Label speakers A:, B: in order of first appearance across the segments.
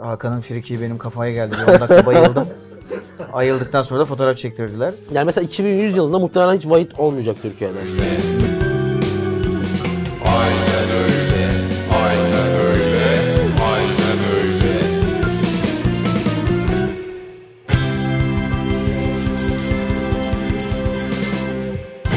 A: Hakan'ın frikiği benim kafaya geldi. Bir 10 dakika bayıldım. Ayıldıktan sonra da fotoğraf çektirdiler.
B: Yani mesela 2100 yılında muhtemelen hiç vahit olmayacak Türkiye'de.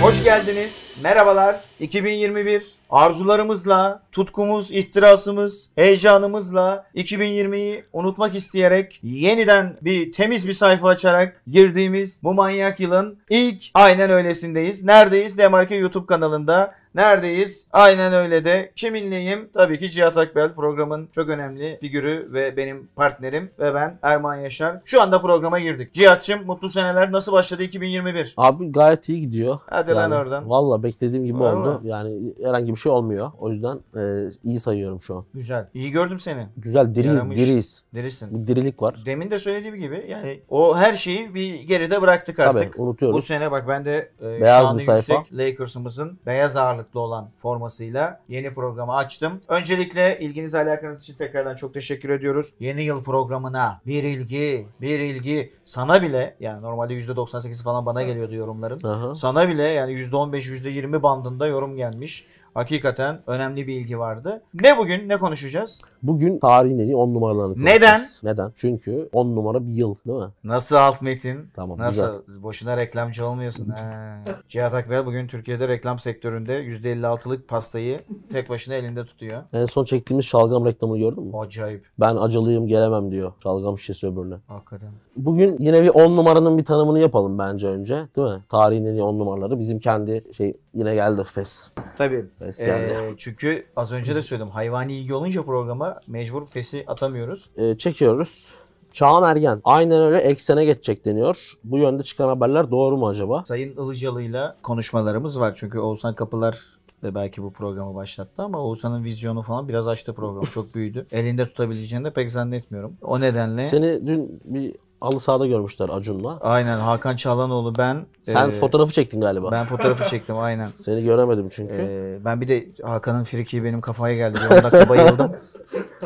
A: Hoş geldiniz. Merhabalar. 2021 arzularımızla, tutkumuz, ihtirasımız, heyecanımızla 2020'yi unutmak isteyerek yeniden bir temiz bir sayfa açarak girdiğimiz bu manyak yılın ilk aynen öylesindeyiz. Neredeyiz? Demarke YouTube kanalında. Neredeyiz? Aynen öyle de. Kiminleyim? Tabii ki Cihat Akbel programın çok önemli figürü ve benim partnerim ve ben Erman Yaşar. Şu anda programa girdik. Cihat'cığım mutlu seneler. Nasıl başladı 2021?
B: Abi gayet iyi gidiyor.
A: Hadi lan oradan.
B: Valla beklediğim gibi
A: Valla.
B: oldu. Yani herhangi bir şey olmuyor. O yüzden e, iyi sayıyorum şu an.
A: Güzel. İyi gördüm seni.
B: Güzel diriyiz
A: Yaramış.
B: diriyiz.
A: Dirisin.
B: Bir dirilik var.
A: Demin de söylediğim gibi yani o her şeyi bir geride bıraktık artık.
B: Tabii unutuyoruz.
A: Bu sene bak ben de e,
B: Beyaz
A: şu anda
B: bir sayfa.
A: yüksek Lakers'ımızın beyaz ağırlıklı olan formasıyla yeni programı açtım. Öncelikle ilginiz alakanız için tekrardan çok teşekkür ediyoruz. Yeni yıl programına bir ilgi, bir ilgi sana bile yani normalde %98'i falan bana geliyordu yorumların.
B: Aha.
A: Sana bile yani %15 %20 bandında yorum gelmiş. Hakikaten önemli bir ilgi vardı. Ne bugün ne konuşacağız?
B: Bugün tarihin en iyi 10 numaralarını
A: Neden?
B: konuşacağız. Neden? Çünkü 10 numara bir yıl değil mi?
A: Nasıl alt metin?
B: Tamam güzel.
A: Nasıl? Boşuna reklamcı olmuyorsun. ha. Cihat Akbel bugün Türkiye'de reklam sektöründe %56'lık pastayı tek başına elinde tutuyor.
B: En son çektiğimiz şalgam reklamını gördün mü?
A: Acayip.
B: Ben acılıyım gelemem diyor şalgam şişesi öbürüne.
A: Hakikaten.
B: Bugün yine bir 10 numaranın bir tanımını yapalım bence önce. Değil mi? Tarihin en iyi 10 numaraları. Bizim kendi şey yine geldi FES.
A: Tabii.
B: FES geldi.
A: Ee, çünkü az önce de söyledim. Hayvani ilgi olunca programa mecbur fesi atamıyoruz.
B: Ee, çekiyoruz. Çağan Ergen. Aynen öyle eksene geçecek deniyor. Bu yönde çıkan haberler doğru mu acaba?
A: Sayın Ilıcalı'yla konuşmalarımız var. Çünkü Oğuzhan Kapılar da belki bu programı başlattı ama Oğuzhan'ın vizyonu falan biraz açtı programı. Çok büyüdü. Elinde tutabileceğini de pek zannetmiyorum. O nedenle
B: Seni dün bir halı sahada görmüşler Acun'la.
A: aynen Hakan Çağlanoğlu ben
B: Sen
A: e,
B: fotoğrafı çektin galiba.
A: ben fotoğrafı çektim aynen.
B: Seni göremedim çünkü.
A: Ee, ben bir de Hakan'ın frikiği benim kafaya geldi. Bir 10 dakika bayıldım.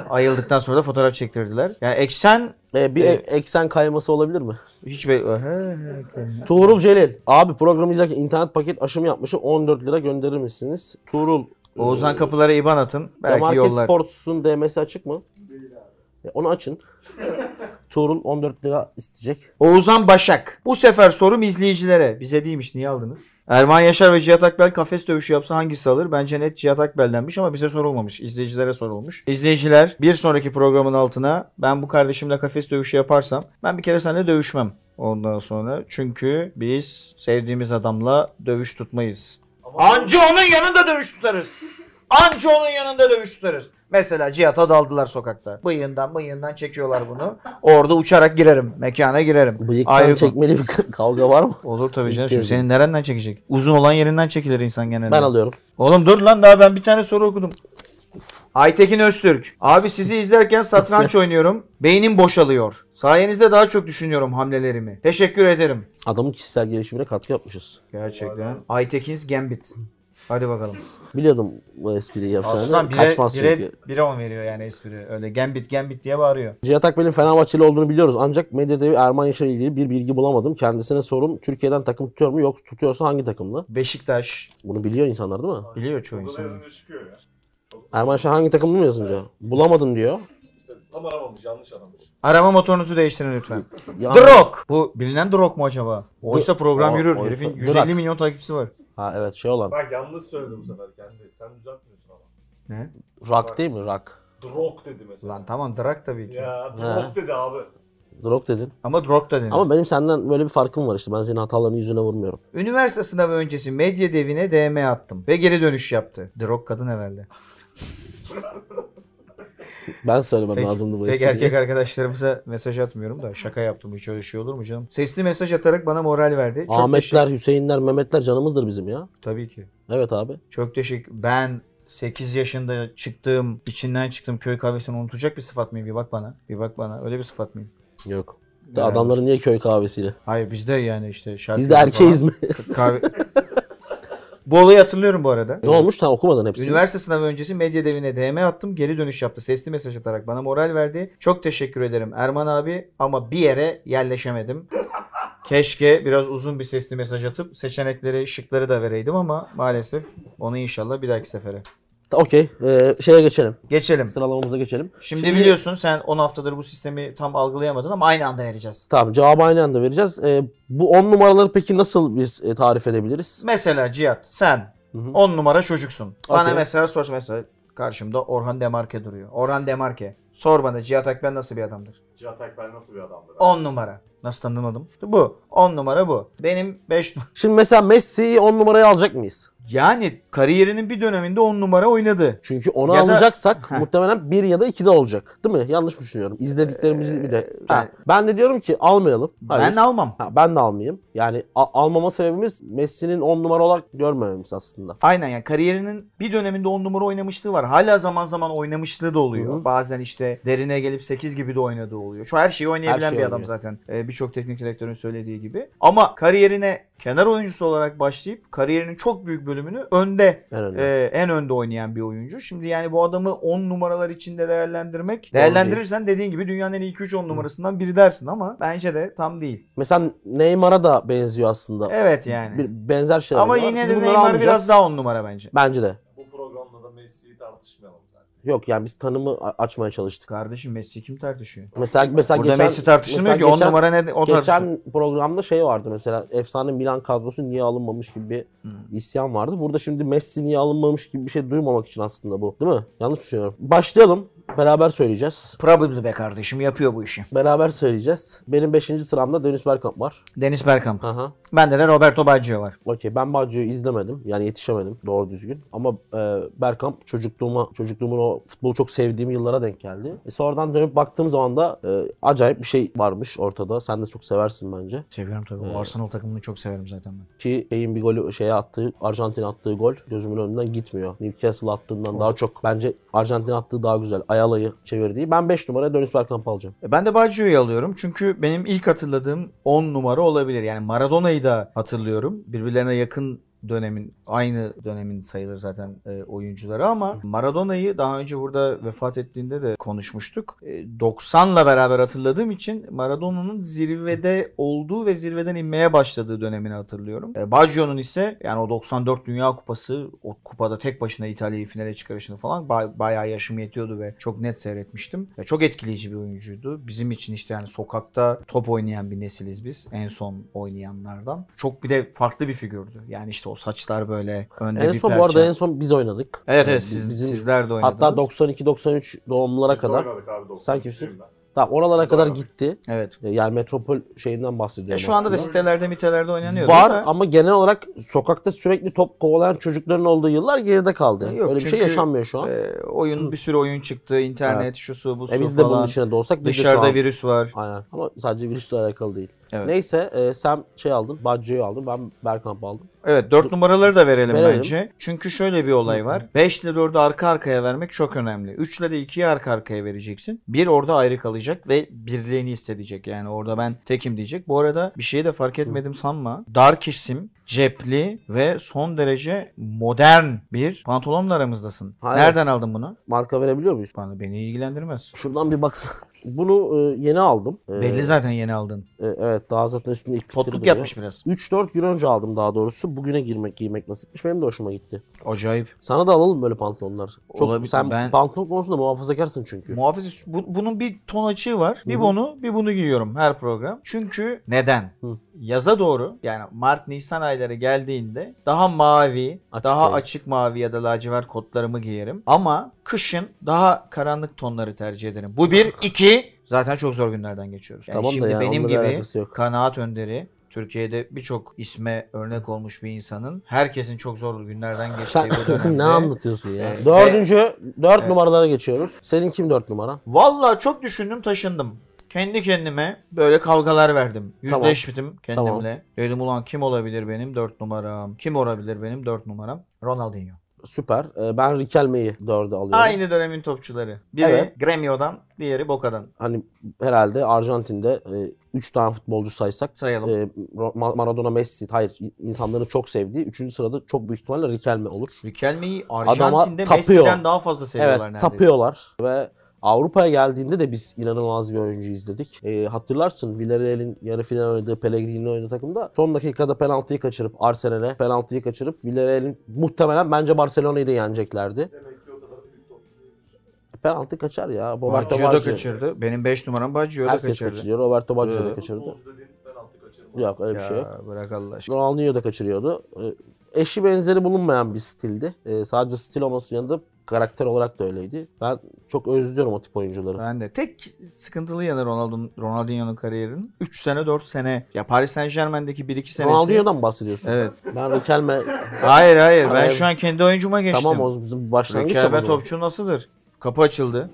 A: Ayıldıktan sonra da fotoğraf çektirdiler. Yani eksen
B: Ee, bir e- eksen kayması olabilir mi?
A: hiç be... He, he.
B: Tuğrul Celil. Abi programı izlerken internet paket aşımı yapmışım. 14 lira gönderir misiniz? Tuğrul.
A: Oğuzhan kapılara iban atın. Belki
B: Belki
A: yollar.
B: Sports'un DM'si açık mı? E, Onu açın. Tuğrul 14 lira isteyecek.
A: Oğuzhan Başak. Bu sefer sorum izleyicilere. Bize değilmiş niye aldınız? Erman Yaşar ve Cihat Akbel kafes dövüşü yapsa hangisi alır? Bence net Cihat Akbel'denmiş ama bize sorulmamış. İzleyicilere sorulmuş. İzleyiciler bir sonraki programın altına ben bu kardeşimle kafes dövüşü yaparsam ben bir kere seninle dövüşmem ondan sonra. Çünkü biz sevdiğimiz adamla dövüş tutmayız. Anca onun yanında dövüş tutarız. Anca onun yanında dövüş tutarız. Mesela Cihat'a daldılar sokakta. Bıyığından bıyığından çekiyorlar bunu. Orada uçarak girerim. Mekana girerim.
B: Bıyıktan
A: Ayrı konu.
B: çekmeli bir kavga var mı?
A: Olur tabii canım.
B: İlk
A: Şimdi senin nerenden çekecek? Uzun olan yerinden çekilir insan genelde.
B: Ben alıyorum.
A: Oğlum dur lan daha ben bir tane soru okudum. Aytekin Öztürk. Abi sizi izlerken satranç oynuyorum. Beynim boşalıyor. Sayenizde daha çok düşünüyorum hamlelerimi. Teşekkür ederim.
B: Adamın kişisel gelişimine katkı yapmışız.
A: Gerçekten. Aytekin's Gambit. Hadi bakalım.
B: Biliyordum bu espriyi yapacağını.
A: Aslan bire,
B: Kaçmaz
A: bire,
B: çünkü.
A: bire on veriyor yani espri. Öyle Gambit Gambit diye bağırıyor.
B: Cihat Akbel'in Fenerbahçeli olduğunu biliyoruz ancak medyada bir Erman Yaşar'la ilgili bir bilgi bulamadım. Kendisine sorum Türkiye'den takım tutuyor mu yok tutuyorsa hangi takımlı?
A: Beşiktaş.
B: Bunu biliyor insanlar değil mi?
A: Biliyor çoğu
C: Burada
A: insan.
C: yazınca çıkıyor ya.
B: Erman Yaşar hangi takımlı mı yazınca? Bulamadım diyor.
C: İşte tam aramamış, yanlış aramış.
A: Arama motorunuzu değiştirin lütfen.
B: Yani-
A: Drog. Bu bilinen Drog mu acaba? Oysa program
B: O-
A: yürür.
B: oysa-
A: Herifin
B: Drak.
A: 150 milyon takipçisi var.
B: Ha evet şey olan.
C: Bak yanlış söyledim bu sefer kendi. Sen düzeltmiyorsun ama.
A: Ne?
B: Rock değil mi? Rock.
C: Drog dedi mesela.
A: Lan tamam Drak tabii ki.
C: Ya drog dedi abi.
B: Drog dedin.
A: Ama Drog da denir.
B: Ama benim senden böyle bir farkım var işte. Ben senin hatalarını yüzüne vurmuyorum.
A: Üniversite sınavı öncesi medya devine DM attım ve geri dönüş yaptı. Drog kadın herhalde.
B: Ben söylemem
A: Pek,
B: lazımdı bu
A: pek
B: espriyi.
A: erkek arkadaşlarımıza mesaj atmıyorum da şaka yaptım hiç öyle şey olur mu canım? Sesli mesaj atarak bana moral verdi. Çok teşekkür-
B: Ahmetler, Hüseyinler, Mehmetler canımızdır bizim ya.
A: Tabii ki.
B: Evet abi.
A: Çok teşekkür. Ben 8 yaşında çıktığım, içinden çıktığım köy kahvesini unutacak bir sıfat mıyım? Bir bak bana. Bir bak bana. Öyle bir sıfat mıyım?
B: Yok. De
A: Helal
B: adamları niye köy kahvesiyle?
A: Hayır bizde yani işte şarkı.
B: Biz de erkeğiz mi?
A: Kahve... Bu olayı hatırlıyorum bu arada.
B: Ne olmuş? Sen okumadın hepsini.
A: Üniversite sınavı öncesi medya devine DM attım. Geri dönüş yaptı. Sesli mesaj atarak bana moral verdi. Çok teşekkür ederim Erman abi ama bir yere yerleşemedim. Keşke biraz uzun bir sesli mesaj atıp seçenekleri, şıkları da vereydim ama maalesef onu inşallah bir dahaki sefere.
B: Okey. Ee, şeye geçelim.
A: Geçelim.
B: Sıralamamıza geçelim.
A: Şimdi, biliyorsun sen 10 haftadır bu sistemi tam algılayamadın ama aynı anda vereceğiz.
B: Tamam cevabı aynı anda vereceğiz. Ee, bu 10 numaraları peki nasıl biz e, tarif edebiliriz?
A: Mesela Cihat sen
B: Hı hı.
A: 10 numara çocuksun. Bana
B: Okey.
A: mesela sor mesela karşımda Orhan Demarke duruyor. Orhan Demarke. Sor bana Cihat Akben nasıl bir adamdır?
C: Cihat Akbel nasıl bir adamdır?
A: 10 numara. Nasıl tanımladım? Bu. 10 numara bu. Benim 5 numara.
B: Şimdi mesela Messi'yi 10 numaraya alacak mıyız?
A: Yani kariyerinin bir döneminde 10 numara oynadı.
B: Çünkü onu
A: Ya da-
B: alacaksak
A: Heh.
B: muhtemelen 1 ya da 2'de olacak. Değil mi? Yanlış mı düşünüyorum? İzlediklerimizi bir de.
A: ben-
B: Ha, ben de diyorum ki almayalım. Hayır.
A: Ee, Ben almam.
B: Ha, ben de almayayım. Yani a- almama sebebimiz Messi'nin 10 numara olarak görmememiz aslında.
A: Aynen yani kariyerinin bir döneminde 10 numara oynamışlığı var. Hala zaman zaman oynamışlığı da oluyor.
B: Hı hı.
A: Bazen işte derine gelip 8 gibi de oynadığı oluyor. Şu her şeyi oynayabilen
B: Her şeyi
A: bir adam
B: oynuyor.
A: zaten. Ee, Birçok teknik direktörün söylediği gibi. Ama kariyerine kenar oyuncusu olarak başlayıp kariyerinin çok büyük bölümünü önde
B: En önemli.
A: Ee, en önde oynayan bir oyuncu. Şimdi yani bu adamı 10 numaralar içinde değerlendirmek.
B: Doğru
A: değerlendirirsen dediğin gibi dünyanın en iyi 2-3 10 numarasından biri dersin ama bence de tam değil.
B: Mesela Neymar'a da benziyor aslında.
A: Evet yani.
B: Bir benzer şeyler
A: ama
B: var.
A: yine
B: Biz
A: de
B: bunları
A: Neymar
B: almayacağız.
A: biraz daha 10 numara bence.
B: Bence de.
C: Bu programda da Messi'yi tartışmayalım zaten.
B: Yok yani biz tanımı a- açmaya çalıştık.
A: Kardeşim Messi kim tartışıyor?
B: Mesela mesela
A: Burada
B: geçen
A: Messi tartışılmıyor
B: mesela
A: ki 10
B: geçen-
A: numara ne o tartışıyor.
B: Geçen programda şey vardı mesela efsane Milan kadrosu niye alınmamış gibi bir
A: Hmm.
B: isyan vardı. Burada şimdi Messi niye alınmamış gibi bir şey duymamak için aslında bu. Değil mi? Yanlış düşünüyorum. Başlayalım. Beraber söyleyeceğiz.
A: Probably be kardeşim yapıyor bu işi.
B: Beraber söyleyeceğiz. Benim 5. sıramda Deniz Bergkamp var.
A: Deniz Bergkamp.
B: Aha.
A: Bende de Roberto Baggio var.
B: Okey ben Baggio'yu izlemedim. Yani yetişemedim doğru düzgün. Ama e, Bergkamp çocukluğuma, çocukluğumun o futbolu çok sevdiğim yıllara denk geldi. E, sonradan dönüp baktığım zaman da e, acayip bir şey varmış ortada. Sen de çok seversin bence.
A: Seviyorum tabii.
B: Evet.
A: O Arsenal takımını çok severim zaten ben.
B: Ki şeyin bir golü şeye attığı, Arjantin attığı gol gözümün önünden gitmiyor. Newcastle attığından daha çok. Bence Arjantin attığı daha güzel. Ayalayı çevirdiği. Ben 5 numaraya Dönüş Bergkamp alacağım.
A: E, Ben de Baggio'yu alıyorum çünkü benim ilk hatırladığım 10 numara olabilir. Yani Maradona'yı da hatırlıyorum. Birbirlerine yakın dönemin, aynı dönemin sayılır zaten e, oyuncuları ama Maradona'yı daha önce burada vefat ettiğinde de konuşmuştuk. E, 90'la beraber hatırladığım için Maradona'nın zirvede olduğu ve zirveden inmeye başladığı dönemini hatırlıyorum. E, Baggio'nun ise yani o 94 Dünya Kupası, o kupada tek başına İtalya'yı finale çıkarışını falan ba- bayağı yaşım yetiyordu ve çok net seyretmiştim. Ve çok etkileyici bir oyuncuydu. Bizim için işte yani sokakta top oynayan bir nesiliz biz. En son oynayanlardan. Çok bir de farklı bir figürdü. Yani işte o saçlar böyle önde
B: en
A: bir
B: son bu
A: perçem.
B: arada en son biz oynadık.
A: Evet
B: Yani
A: evet siz,
B: bizim-
A: sizler de oynadınız.
B: Hatta 92-93 doğumlulara
C: Biz de
B: kadar.
C: oynadık abi 90.
B: Sen kimsin? Tamam oralara
C: Biz
B: kadar
C: oynadık.
B: gitti.
A: Evet.
B: E, Yani metropol şeyinden bahsediyorum.
A: Ya E, şu anda da
B: aslında.
A: sitelerde mitelerde oynanıyor.
B: var
A: değil mi?
B: ama genel olarak sokakta sürekli top kovalayan çocukların olduğu yıllar geride kaldı.
A: Yok,
B: Öyle bir şey
A: çünkü,
B: yaşanmıyor şu an. E,
A: Ee, oyun bir sürü oyun çıktı. internet
B: Evet. E,
A: şusu busu
B: biz de bunun
A: falan.
B: içinde de olsak biz de şu
A: Dışarıda
B: an...
A: virüs var.
B: Aynen. Ama sadece virüsle alakalı değil.
A: Evet.
B: Neyse e, sen şey aldın, Baggio'yu aldın, ben Bergkamp'ı aldım.
A: Evet 4 numaraları da verelim,
B: Verelim.
A: bence. Çünkü şöyle bir olay var. 5 ile 4'ü arka arkaya vermek çok önemli. 3 ile de 2'yi arka arkaya vereceksin. Bir orada ayrı kalacak ve birliğini hissedecek. Yani orada ben tekim diyecek. Bu arada bir şeyi de fark etmedim sanma. Dark isim, cepli ve son derece modern bir pantolonla aramızdasın.
B: Hayır.
A: Nereden aldın bunu?
B: Marka verebiliyor muyuz?
A: Bana beni ilgilendirmez.
B: Şuradan bir baksana. Bunu e, yeni aldım. E,
A: Belli zaten yeni aldın.
B: e, evet daha zaten üstünde ilk
A: Potluk yapmış biraz.
B: 3-4 gün önce aldım daha doğrusu. Bugüne girmek giymek nasipmiş. Benim de hoşuma gitti.
A: Acayip.
B: Sana da alalım böyle pantolonlar. Çok,
A: Olabilir,
B: Sen
A: ben-
B: pantolon konusunda muhafazakarsın çünkü.
A: Muhafız bu- bunun bir ton açığı var. Bir
B: Hı hı.
A: bunu bir bunu giyiyorum her program. Çünkü neden?
B: Hı.
A: Yaza doğru yani Mart Nisan ayları geldiğinde daha mavi,
B: Açık
A: daha
B: renk.
A: açık mavi ya da lacivert kotlarımı giyerim. Ama kışın daha karanlık tonları tercih ederim. Bu bir, iki zaten çok zor günlerden geçiyoruz. Yani
B: tamam
A: şimdi
B: da yani
A: benim
B: onunla bir
A: gibi
B: alakası yok.
A: kanaat önderi Türkiye'de birçok isme örnek olmuş bir insanın herkesin çok zorlu günlerden geçtiği
B: Sen
A: Şey, bu dönemde.
B: ne anlatıyorsun ya?
A: Evet.
B: Dördüncü, dört
A: Evet.
B: numaralara geçiyoruz. Senin kim dört numara?
A: Vallahi çok düşündüm taşındım. Kendi kendime böyle kavgalar verdim.
B: Tamam.
A: Yüzleştim kendimle. Dedim ulan kim olabilir benim 4 numaram? Kim olabilir benim 4 numaram? Ronaldinho.
B: Süper. Ee, ben Riquelme'yi dörde alıyorum.
A: Aynı dönemin topçuları. Biri
B: Evet.
A: Gremio'dan, diğeri Boca'dan.
B: Hani herhalde Arjantin'de e, 3 tane futbolcu saysak
A: Sayalım.
B: e, Ma- Maradona, Messi, hayır insanların çok sevdiği 3. sırada çok büyük ihtimalle Riquelme olur.
A: Riquelme'yi
B: Adama
A: Arjantin'de
B: tapıyor.
A: Messi'den daha fazla seviyorlar
B: Evet,
A: neredeyse.
B: tapıyorlar ve Avrupa'ya geldiğinde de biz inanılmaz bir oyuncu izledik. E, hatırlarsın Villarreal'in yarı final oynadığı Pellegrini'nin oynadığı takımda son dakikada penaltıyı kaçırıp Arsenal'e penaltıyı kaçırıp Villarreal'in muhtemelen bence Barcelona'yı da yeneceklerdi.
C: Demek ki o kadar büyük topçu değilmiş.
B: Penaltı kaçar ya. Roberto
A: Baggio da
B: Baggio.
A: kaçırdı. Benim 5 numaram Baggio da
B: Herkes
A: kaçırdı.
B: kaçırıyor. Roberto Baggio
A: Ee,
B: da kaçırdı.
C: Futbolcu dediğin penaltı kaçırmaz.
B: Yok öyle bir şey yok.
A: Ya bırak Allah aşkına.
B: Ronaldinho da kaçırıyordu. Ee, Eşi benzeri bulunmayan bir stildi. Ee, sadece stil olmasının yanında karakter olarak da öyleydi. Ben çok özlüyorum o tip oyuncuları.
A: Ben de. Tek sıkıntılı yanı Ronaldo'nun- Ronaldinho'nun kariyerinin 3 sene 4 sene. Ya Paris Saint Germain'deki 1-2 senesi.
B: Ronaldinho'dan mı bahsediyorsun?
A: Evet.
B: Ben Riquelme...
A: Hayır hayır ben
B: Hayır.
A: şu an kendi oyuncuma geçtim.
B: tamam o bizim başlangıç
A: Rekelme
B: ama.
A: topçu nasıldır? Kapı açıldı.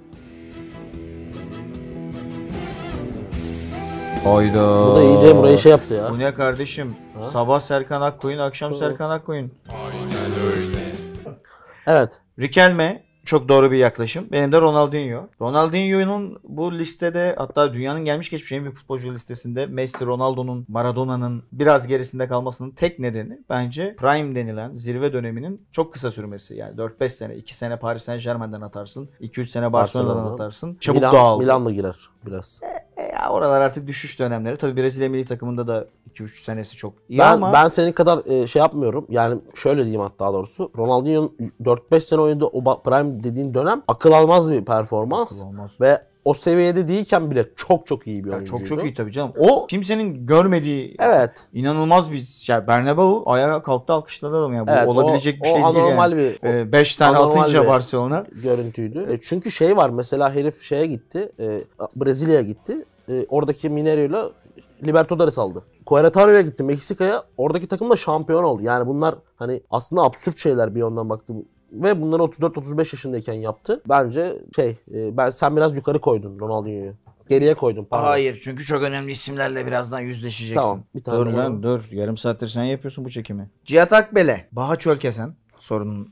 A: Hayda.
B: Bu da iyice burayı şey yaptı ya.
A: Bu ne kardeşim?
B: Ha?
A: Sabah Serkan Akkoyun, akşam
B: Hı.
A: Serkan Akkoyun.
B: Evet.
A: Rikelme çok doğru bir yaklaşım. Benim de Ronaldinho. Ronaldinho'nun bu listede hatta dünyanın gelmiş geçmiş en büyük futbolcu listesinde Messi, Ronaldo'nun, Maradona'nın biraz gerisinde kalmasının tek nedeni bence prime denilen zirve döneminin çok kısa sürmesi. Yani 4-5 sene, 2 sene Paris Saint Germain'den atarsın, 2-3 sene Barcelona'dan
B: Barcelona'dan.
A: atarsın. Çabuk
B: Milan,
A: dağıldı.
B: Milan'la girer biraz.
A: E ya oralar artık düşüş dönemleri. Tabii Brezilya milli takımında da 2-3 senesi çok iyi
B: ben,
A: ama
B: ben senin kadar e, şey yapmıyorum. Yani şöyle diyeyim hatta doğrusu. Ronaldinho'nun 4-5 sene oynadığı o ba- prime dediğin dönem akıl almaz bir performans.
A: Akıl olmaz.
B: Ve o seviyede değilken bile çok çok iyi bir
A: Ya
B: oyuncuydu.
A: çok çok iyi tabii canım. O kimsenin görmediği
B: Evet.
A: inanılmaz bir ya Bernabeu ayağa kalktı alkışladı ya. Bu
B: evet.
A: olabilecek
B: o,
A: bir şey
B: o
A: değil
B: anormal bir o
A: yani. 5 tane
B: anormal
A: atınca
B: bir-
A: Barcelona.
B: görüntüydü. E, çünkü şey var mesela herif şeye gitti. E, Brezilya'ya gitti. E, oradaki Mineiro'yla Libertadores aldı. Querétario'ya gitti Meksika'ya. Oradaki takım da şampiyon oldu. Yani bunlar hani aslında absürt şeyler bir yandan baktım. Ve bunları 34-35 yaşındayken yaptı. Bence şey e, ben sen biraz yukarı koydun Ronaldinho'yu. Geriye koydun pardon.
A: çünkü çok önemli isimlerle birazdan yüzleşeceksin.
B: Tamam. Bir tane
A: Dur
B: daha.
A: lan dur. Yarım saattir sen yapıyorsun bu çekimi. Cihat Akbele. Baha Çölkesen sorunun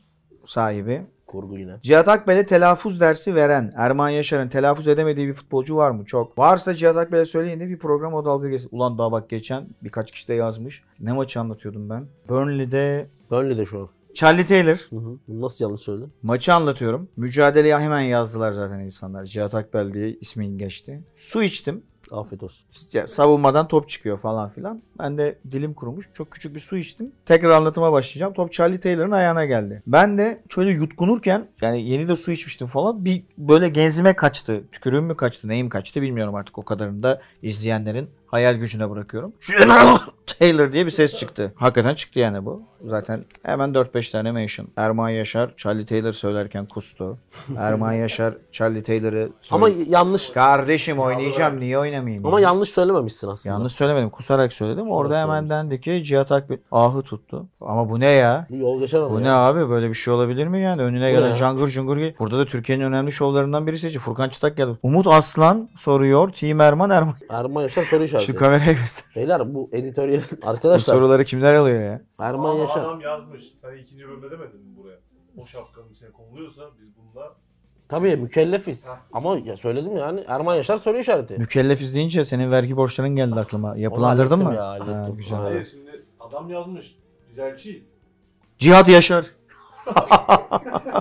A: sahibi.
B: Kurgu yine.
A: Cihat Akbel'e telaffuz dersi veren Erman Yaşar'ın telaffuz edemediği bir futbolcu var mı? Çok. Varsa Cihat Akbel'e söyleyin de bir program o dalga geçsin. Ulan daha bak geçen birkaç kişi de yazmış. Ne maçı anlatıyordum ben? Burnley'de
B: Burnley de şu an.
A: Charlie Taylor.
B: Hı hı. Bunu Nasıl yanlış söyledin?
A: Maçı anlatıyorum. Mücadeleye hemen yazdılar zaten insanlar. Cihat Akbel diye ismin geçti. Su içtim.
B: Afiyet olsun.
A: Ya, savunmadan top çıkıyor falan filan. Ben de dilim kurumuş. Çok küçük bir su içtim. Tekrar anlatıma başlayacağım. Top Charlie Taylor'ın ayağına geldi. Ben de şöyle yutkunurken yani yeni de su içmiştim falan. Bir böyle genzime kaçtı. Tükürüğüm mü kaçtı neyim kaçtı bilmiyorum artık o kadarını da izleyenlerin hayal gücüne bırakıyorum. Taylor diye bir ses çıktı. Hakikaten çıktı yani bu. Zaten hemen 4-5 tane mention. Erman Yaşar Charlie Taylor söylerken kustu. Erman Yaşar Charlie Taylor'ı
B: Ama
A: söyle-
B: yanlış
A: Kardeşim oynayacağım niye oynamayayım?
B: ama
A: ya?
B: yanlış söylememişsin aslında.
A: Yanlış söylemedim. Kusarak söyledim. Orada hemen
B: söylemişsin.
A: dendi ki Cihat Akbil ahı tuttu. Ama bu ne ya?
B: Bir Yol geçemem.
A: Bu
B: ya.
A: ne abi? Böyle bir şey olabilir mi yani? Önüne
B: Bu
A: gelen
B: ne?
A: cangır cungur gel. Burada da Türkiye'nin önemli şovlarından biri seçti. Furkan Çıtak geldi. Umut Aslan soruyor. Team Erman Erman.
B: Erman Yaşar soru işareti.
A: Şu kameraya göster.
B: Beyler bu editöriyel
A: Bu
B: arkadaşlar
A: soruları kimler alıyor ya?
B: Erman
C: Ama
B: Yaşar.
C: Adam yazmış. Sen ikinci bölümde demedin mi buraya? O şapkanın içine konuluyorsa biz bununla
B: Tabii mükellefiz.
C: Heh.
B: Ama ya söyledim yani Erman Yaşar soru işareti.
A: Mükellefiz deyince senin vergi borçların geldi aklıma. Yapılandırdın
B: hallettim
A: mı?
B: ya, hallettim.
A: Ha, güzel.
B: Aynen.
C: Hayır şimdi adam yazmış. Biz elçiyiz.
A: Cihat Yaşar.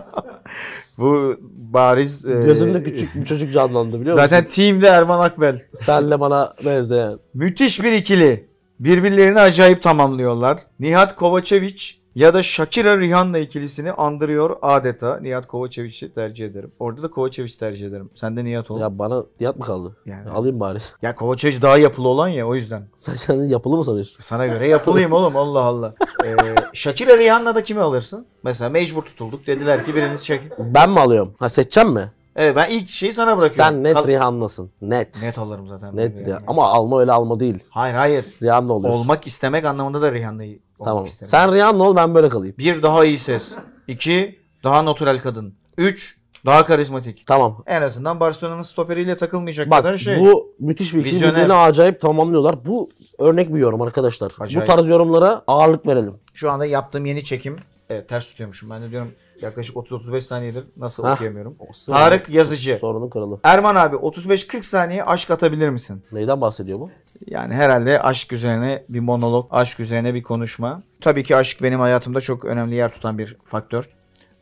A: bu bariz e,
B: Gözümde küçük bir şey çocuk canlandı biliyor musun?
A: Zaten team'de Erman Akbel.
B: Senle bana benzeyen.
A: Müthiş bir ikili. Birbirlerini acayip tamamlıyorlar. Nihat Kovačević ya da Shakira Rihanna ikilisini andırıyor adeta. Nihat Kovačević'i tercih ederim. Orada da Kovačević tercih ederim. Sen de Nihat ol. Ya,
B: Ya bana diyat mı kaldı?
A: yani.
B: Alayım bari.
A: ya Kovačević daha yapılı olan ya o yüzden.
B: Sen kendini yapılı mı sanıyorsun?
A: Sana göre yapılıyım oğlum Allah Allah. Ee, Shakira Rihanna da kimi alırsın? Mesela mecbur tutulduk dediler ki biriniz Shakira.
B: Ben mi alıyorum? Ha seçeceğim mi?
A: Evet ben ilk şeyi sana bırakıyorum.
B: Sen net
A: Kal-
B: Rihanna'sın. Net. Net,
A: Net alırım zaten. Yani.
B: Rihanna. Ama alma öyle alma değil.
A: Hayır hayır.
B: Rihanna oluyorsun.
A: Olmak istemek anlamında da Rihanna'yı olmak
B: tamam.
A: istemek.
B: Sen Rihanna ol ben böyle kalayım.
A: Bir daha iyi ses. İki daha natural kadın. Üç daha karizmatik.
B: Tamam.
A: En azından Barcelona'nın stoperiyle takılmayacak kadar
B: Bak
A: şey.
B: bu müthiş bir ikili
A: Vizyoner.
B: birbirini acayip tamamlıyorlar. Bu örnek bir yorum arkadaşlar.
A: Acayip.
B: Bu tarz yorumlara ağırlık verelim.
A: Şu anda yaptığım yeni çekim. Evet ters tutuyormuşum. Ben de diyorum Yaklaşık 30-35 saniyedir nasıl
B: Hah.
A: okuyamıyorum.
B: Olsun.
A: Tarık Yazıcı.
B: Sorunun kralı.
A: Erman abi 35-40 saniye aşk atabilir misin?
B: Neyden bahsediyor bu?
A: Yani herhalde aşk üzerine bir monolog, aşk üzerine bir konuşma. Tabii ki aşk benim hayatımda çok önemli yer tutan bir faktör.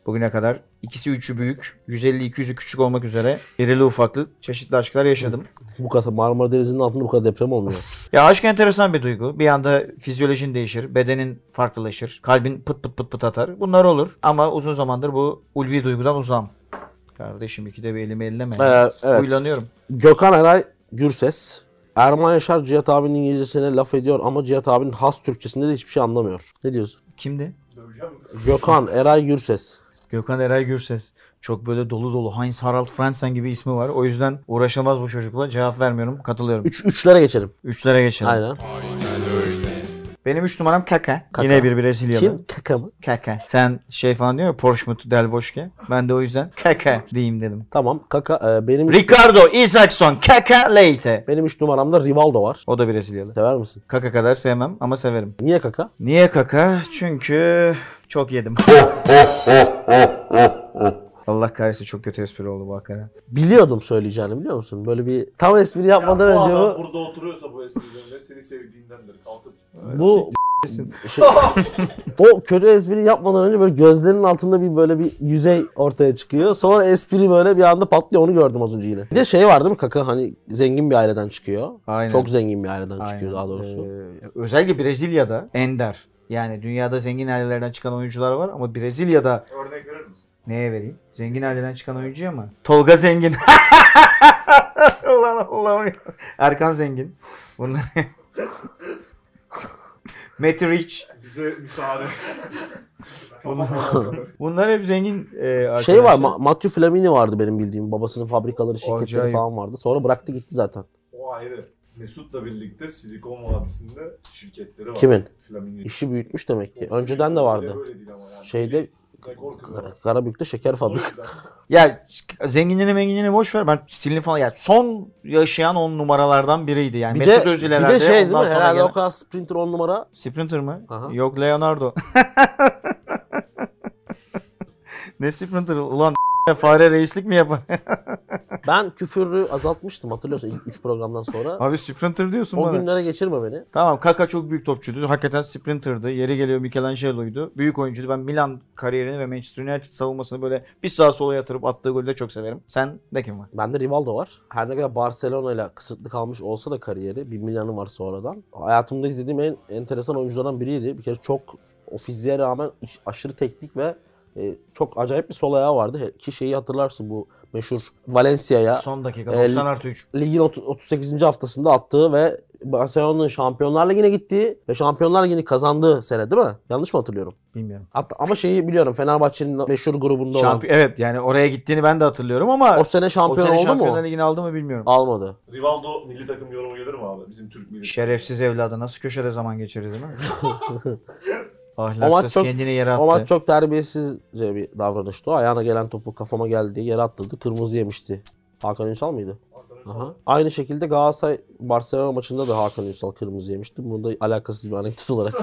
A: Bugüne kadar ikisi üçü büyük, 150-200'ü küçük olmak üzere irili ufaklı çeşitli aşklar yaşadım.
B: Bu kadar Marmara Denizi'nin altında bu kadar deprem olmuyor.
A: Ya aşk enteresan bir duygu. Bir anda fizyolojin değişir, bedenin farklılaşır, kalbin pıt pıt pıt pıt atar. Bunlar olur ama uzun zamandır bu ulvi duygudan uzam. Kardeşim ikide bir elimi elleme.
B: Ee, evet.
A: Huylanıyorum.
B: Gökhan Eray Gürses. Erman Yaşar Cihat abinin İngilizcesine laf ediyor ama Cihat abinin has Türkçesinde de hiçbir şey anlamıyor. Ne diyorsun?
A: Kimdi?
C: Döveceğim mi?
B: Gökhan Eray Gürses.
A: Gökhan Eray Gürses. Çok böyle dolu dolu Heinz Harald Fransen gibi ismi var. O yüzden uğraşamaz bu çocukla. Cevap vermiyorum. Katılıyorum.
B: Üç, üçlere geçelim.
A: Üçlere geçelim.
B: Aynen.
A: Benim üç numaram Kaka.
B: Kaka.
A: Yine bir Brezilyalı.
B: Kim? Kaka mı?
A: Kaka. Sen şey falan diyor ya Porschmut Del Bosque. Ben de o yüzden Kaka diyeyim dedim.
B: Tamam. Kaka. e, benim
A: Ricardo Isaacson Kaka Leite.
B: benim üç numaramda Rivaldo var.
A: O da Brezilyalı.
B: Sever misin?
A: Kaka kadar sevmem ama severim.
B: Niye Kaka?
A: Niye kaka? Çünkü çok yedim. Allah kahretsin çok kötü espri oldu bu hakikaten.
B: Biliyordum söyleyeceğini biliyor musun? Böyle bir tam espri
C: Ya bu
B: yapmadan önce
C: adam
B: bu,
C: burada oturuyorsa bu espriden ve seni sevdiğindendir. Kalkıp
B: bu şey- o kötü espri yapmadan önce böyle gözlerinin altında bir böyle bir yüzey ortaya çıkıyor. Sonra espri böyle bir anda patlıyor. Onu gördüm az önce yine. Bir de şey var değil mi Kaka? Hani zengin bir aileden çıkıyor.
A: Aynen.
B: Çok zengin bir aileden
A: Aynen.
B: çıkıyor daha doğrusu.
A: Ee, özellikle Brezilya'da ender. Yani dünyada zengin ailelerden çıkan oyuncular var ama Brezilya'da
C: örnek verir misin?
A: neye vereyim? Zengin aileden çıkan oyuncu ama Tolga Zengin. Ulan Allah'ım. ya. Erkan Zengin. Bunlar. Matt Rich.
C: Bize müsaade.
A: Bunlar hep zengin e,
B: Şey var,
A: arkadaşlar.
B: Ma- Matthew Flamini vardı benim bildiğim. Babasının fabrikaları, şirketleri
A: Acayip.
B: falan vardı. Sonra bıraktı gitti zaten.
C: o ayrı. Mesut'la birlikte Silikon Vadisi'nde şirketleri var.
B: Kimin?
C: Flamini.
B: İşi büyütmüş demek ki. Önceden de vardı.
C: Böyle değil ama yani.
B: Şeyde
C: Rekor kırdı.
B: Kar- Karabük'te şeker
C: O
B: fabrikası.
C: yüzden
A: Ya zenginliğini menginliğini boş ver. Ben stilini falan ya son yaşayan on numaralardan biriydi yani.
B: Bir
A: Mesut
B: de, bir
A: Özil'lerde
B: de şey değil mi?
A: ondan sonra
B: Herhalde
A: gelen-
B: o kadar Sprinter 10 numara.
A: Sprinter mı?
B: Aha.
A: Yok Leonardo. ne Sprinter ulan fare reislik mi yapar?
B: Ben küfürü azaltmıştım hatırlıyorsun ilk 3 programdan sonra.
A: Abi Sprinter diyorsun
B: o
A: bana.
B: günlere geçirme beni.
A: Tamam Kaka çok büyük topçuydu. Hakikaten Sprinter'dı. Yeri geliyor Michelangelo'ydu. Büyük oyuncuydu. Ben Milan kariyerini ve Manchester United savunmasını böyle bir sağa sola yatırıp attığı golü de çok severim. Sen de kim var?
B: Bende Rivaldo var. Her ne kadar Barcelona ile kısıtlı kalmış olsa da kariyeri. Bir Milan'ı var sonradan. Hayatımda izlediğim en enteresan oyunculardan biriydi. Bir kere çok o fiziğe rağmen iş- aşırı teknik ve e, çok acayip bir sol ayağı vardı. He- Ki şeyi hatırlarsın bu meşhur Valencia'ya
A: Son dakika
B: El-
A: 90 artı 3.
B: ligin ot- 38. haftasında attığı ve Barcelona'nın Şampiyonlar Ligi'ne gittiği ve Şampiyonlar Ligi'ni kazandığı sene değil mi? Yanlış mı hatırlıyorum?
A: Bilmiyorum.
B: Hatta, ama şeyi biliyorum Fenerbahçe'nin meşhur grubunda olan.
A: Şampi- evet yani oraya gittiğini ben de hatırlıyorum ama
B: O sene şampiyon
A: o sene
B: oldu
A: Şampiyonlar
B: mu?
A: Ligi'ni aldı mı bilmiyorum.
B: Almadı.
C: Rivaldo milli takım yorumu gelir mi abi? Bizim Türk milli
A: Şerefsiz evladı nasıl köşede zaman geçirir değil mi?
B: O maç
A: Ahlaksız
B: çok-
A: kendini yere attı.
B: O maç çok terbiyesizce bir davranıştı. O ayağına gelen topu kafama geldi diye yere atıldı. Kırmızı yemişti. Hakan Ünsal mıydı? Aha. Aynı şekilde Galatasaray Barcelona maçında da Hakan Ünsal kırmızı yemişti. Bunu da alakasız bir anekdot olarak